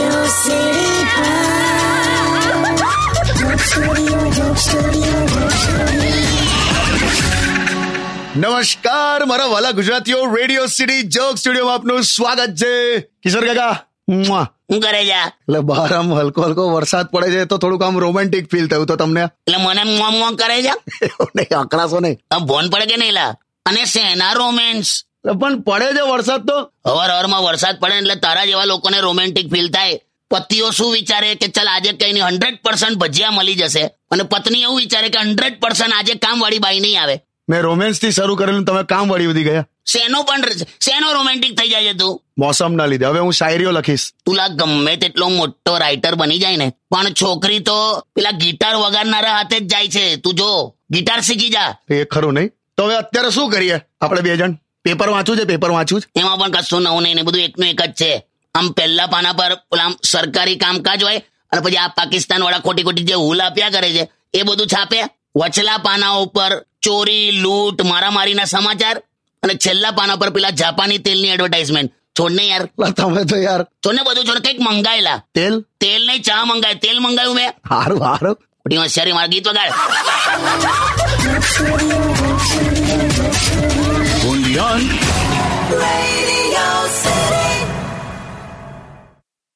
city pop. Joke studio, joke studio, joke studio. નમસ્કાર મારા વાલા ગુજરાતીઓ રેડિયો સિટી જોક સ્ટુડિયોમાં આપનું સ્વાગત છે કિશોર કાકા મુઆ. શું કરે છે એટલે બહાર આમ હલકો હલકો વરસાદ પડે છે તો થોડુંક આમ રોમેન્ટિક ફીલ થયું તો તમને એટલે મને મોં મોં કરે છે એવું નહીં આકડાશો નહીં આમ ફોન પડે કે નહીં લા અને શેના રોમેન્સ એટલે પણ પડે છે વરસાદ તો અવાર અવારમાં વરસાદ પડે એટલે તારા જેવા લોકોને રોમેન્ટિક ફીલ થાય પતિઓ શું વિચારે કે ચાલ આજે કઈ નહીં હંડ્રેડ પર્સન્ટ ભજીયા મળી જશે અને પત્ની એવું વિચારે કે હંડ્રેડ પર્સન્ટ આજે કામ વાળી બાઈ નહીં આવે મેં રોમેન્સ થી શરૂ કરેલું તમે કામ વળી ઉધી ગયા શેનો પણ શેનો રોમેન્ટિક થઈ જાય છે તું મોસમના લીધે હવે હું શાયરીઓ લખીશ તુલા ગમે તેટલો મોટો રાઇટર બની જાય ને પણ છોકરી તો પેલા ગિટાર વગાડનારા હાથે જ જાય છે તું જો ગિટાર શીખી જા એ ખરું નહીં તો હવે અત્યારે શું કરીએ આપણે બે જણ પેપર વાંચવું છે પેપર વાંચવું છે એમાં પણ કશું નવું નહીં ને બધું એકનું એક જ છે આમ પહેલા પાના પર પેલા આમ સરકારી કામકાજ હોય અને પછી આ પાકિસ્તાન વાળા ખોટી ખોટી જે હુલ આપ્યા કરે છે એ બધું છાપે વચલા પાના ઉપર ચોરી લૂંટ મારામારીના સમાચાર અને છેલ્લા પાના પર પેલા જાપાની તેલની એડવર્ટાઇઝમેન્ટ છોડ ને યાર એટલે તમે તો યાર છોડ ને બધું છોડ કઈક મંગાયેલા તેલ તેલ નહીં ચા મંગાય તેલ મંગાયું મેં હારું હારું ખોટી હોશિયારી મારા ગીત વગાડ Radio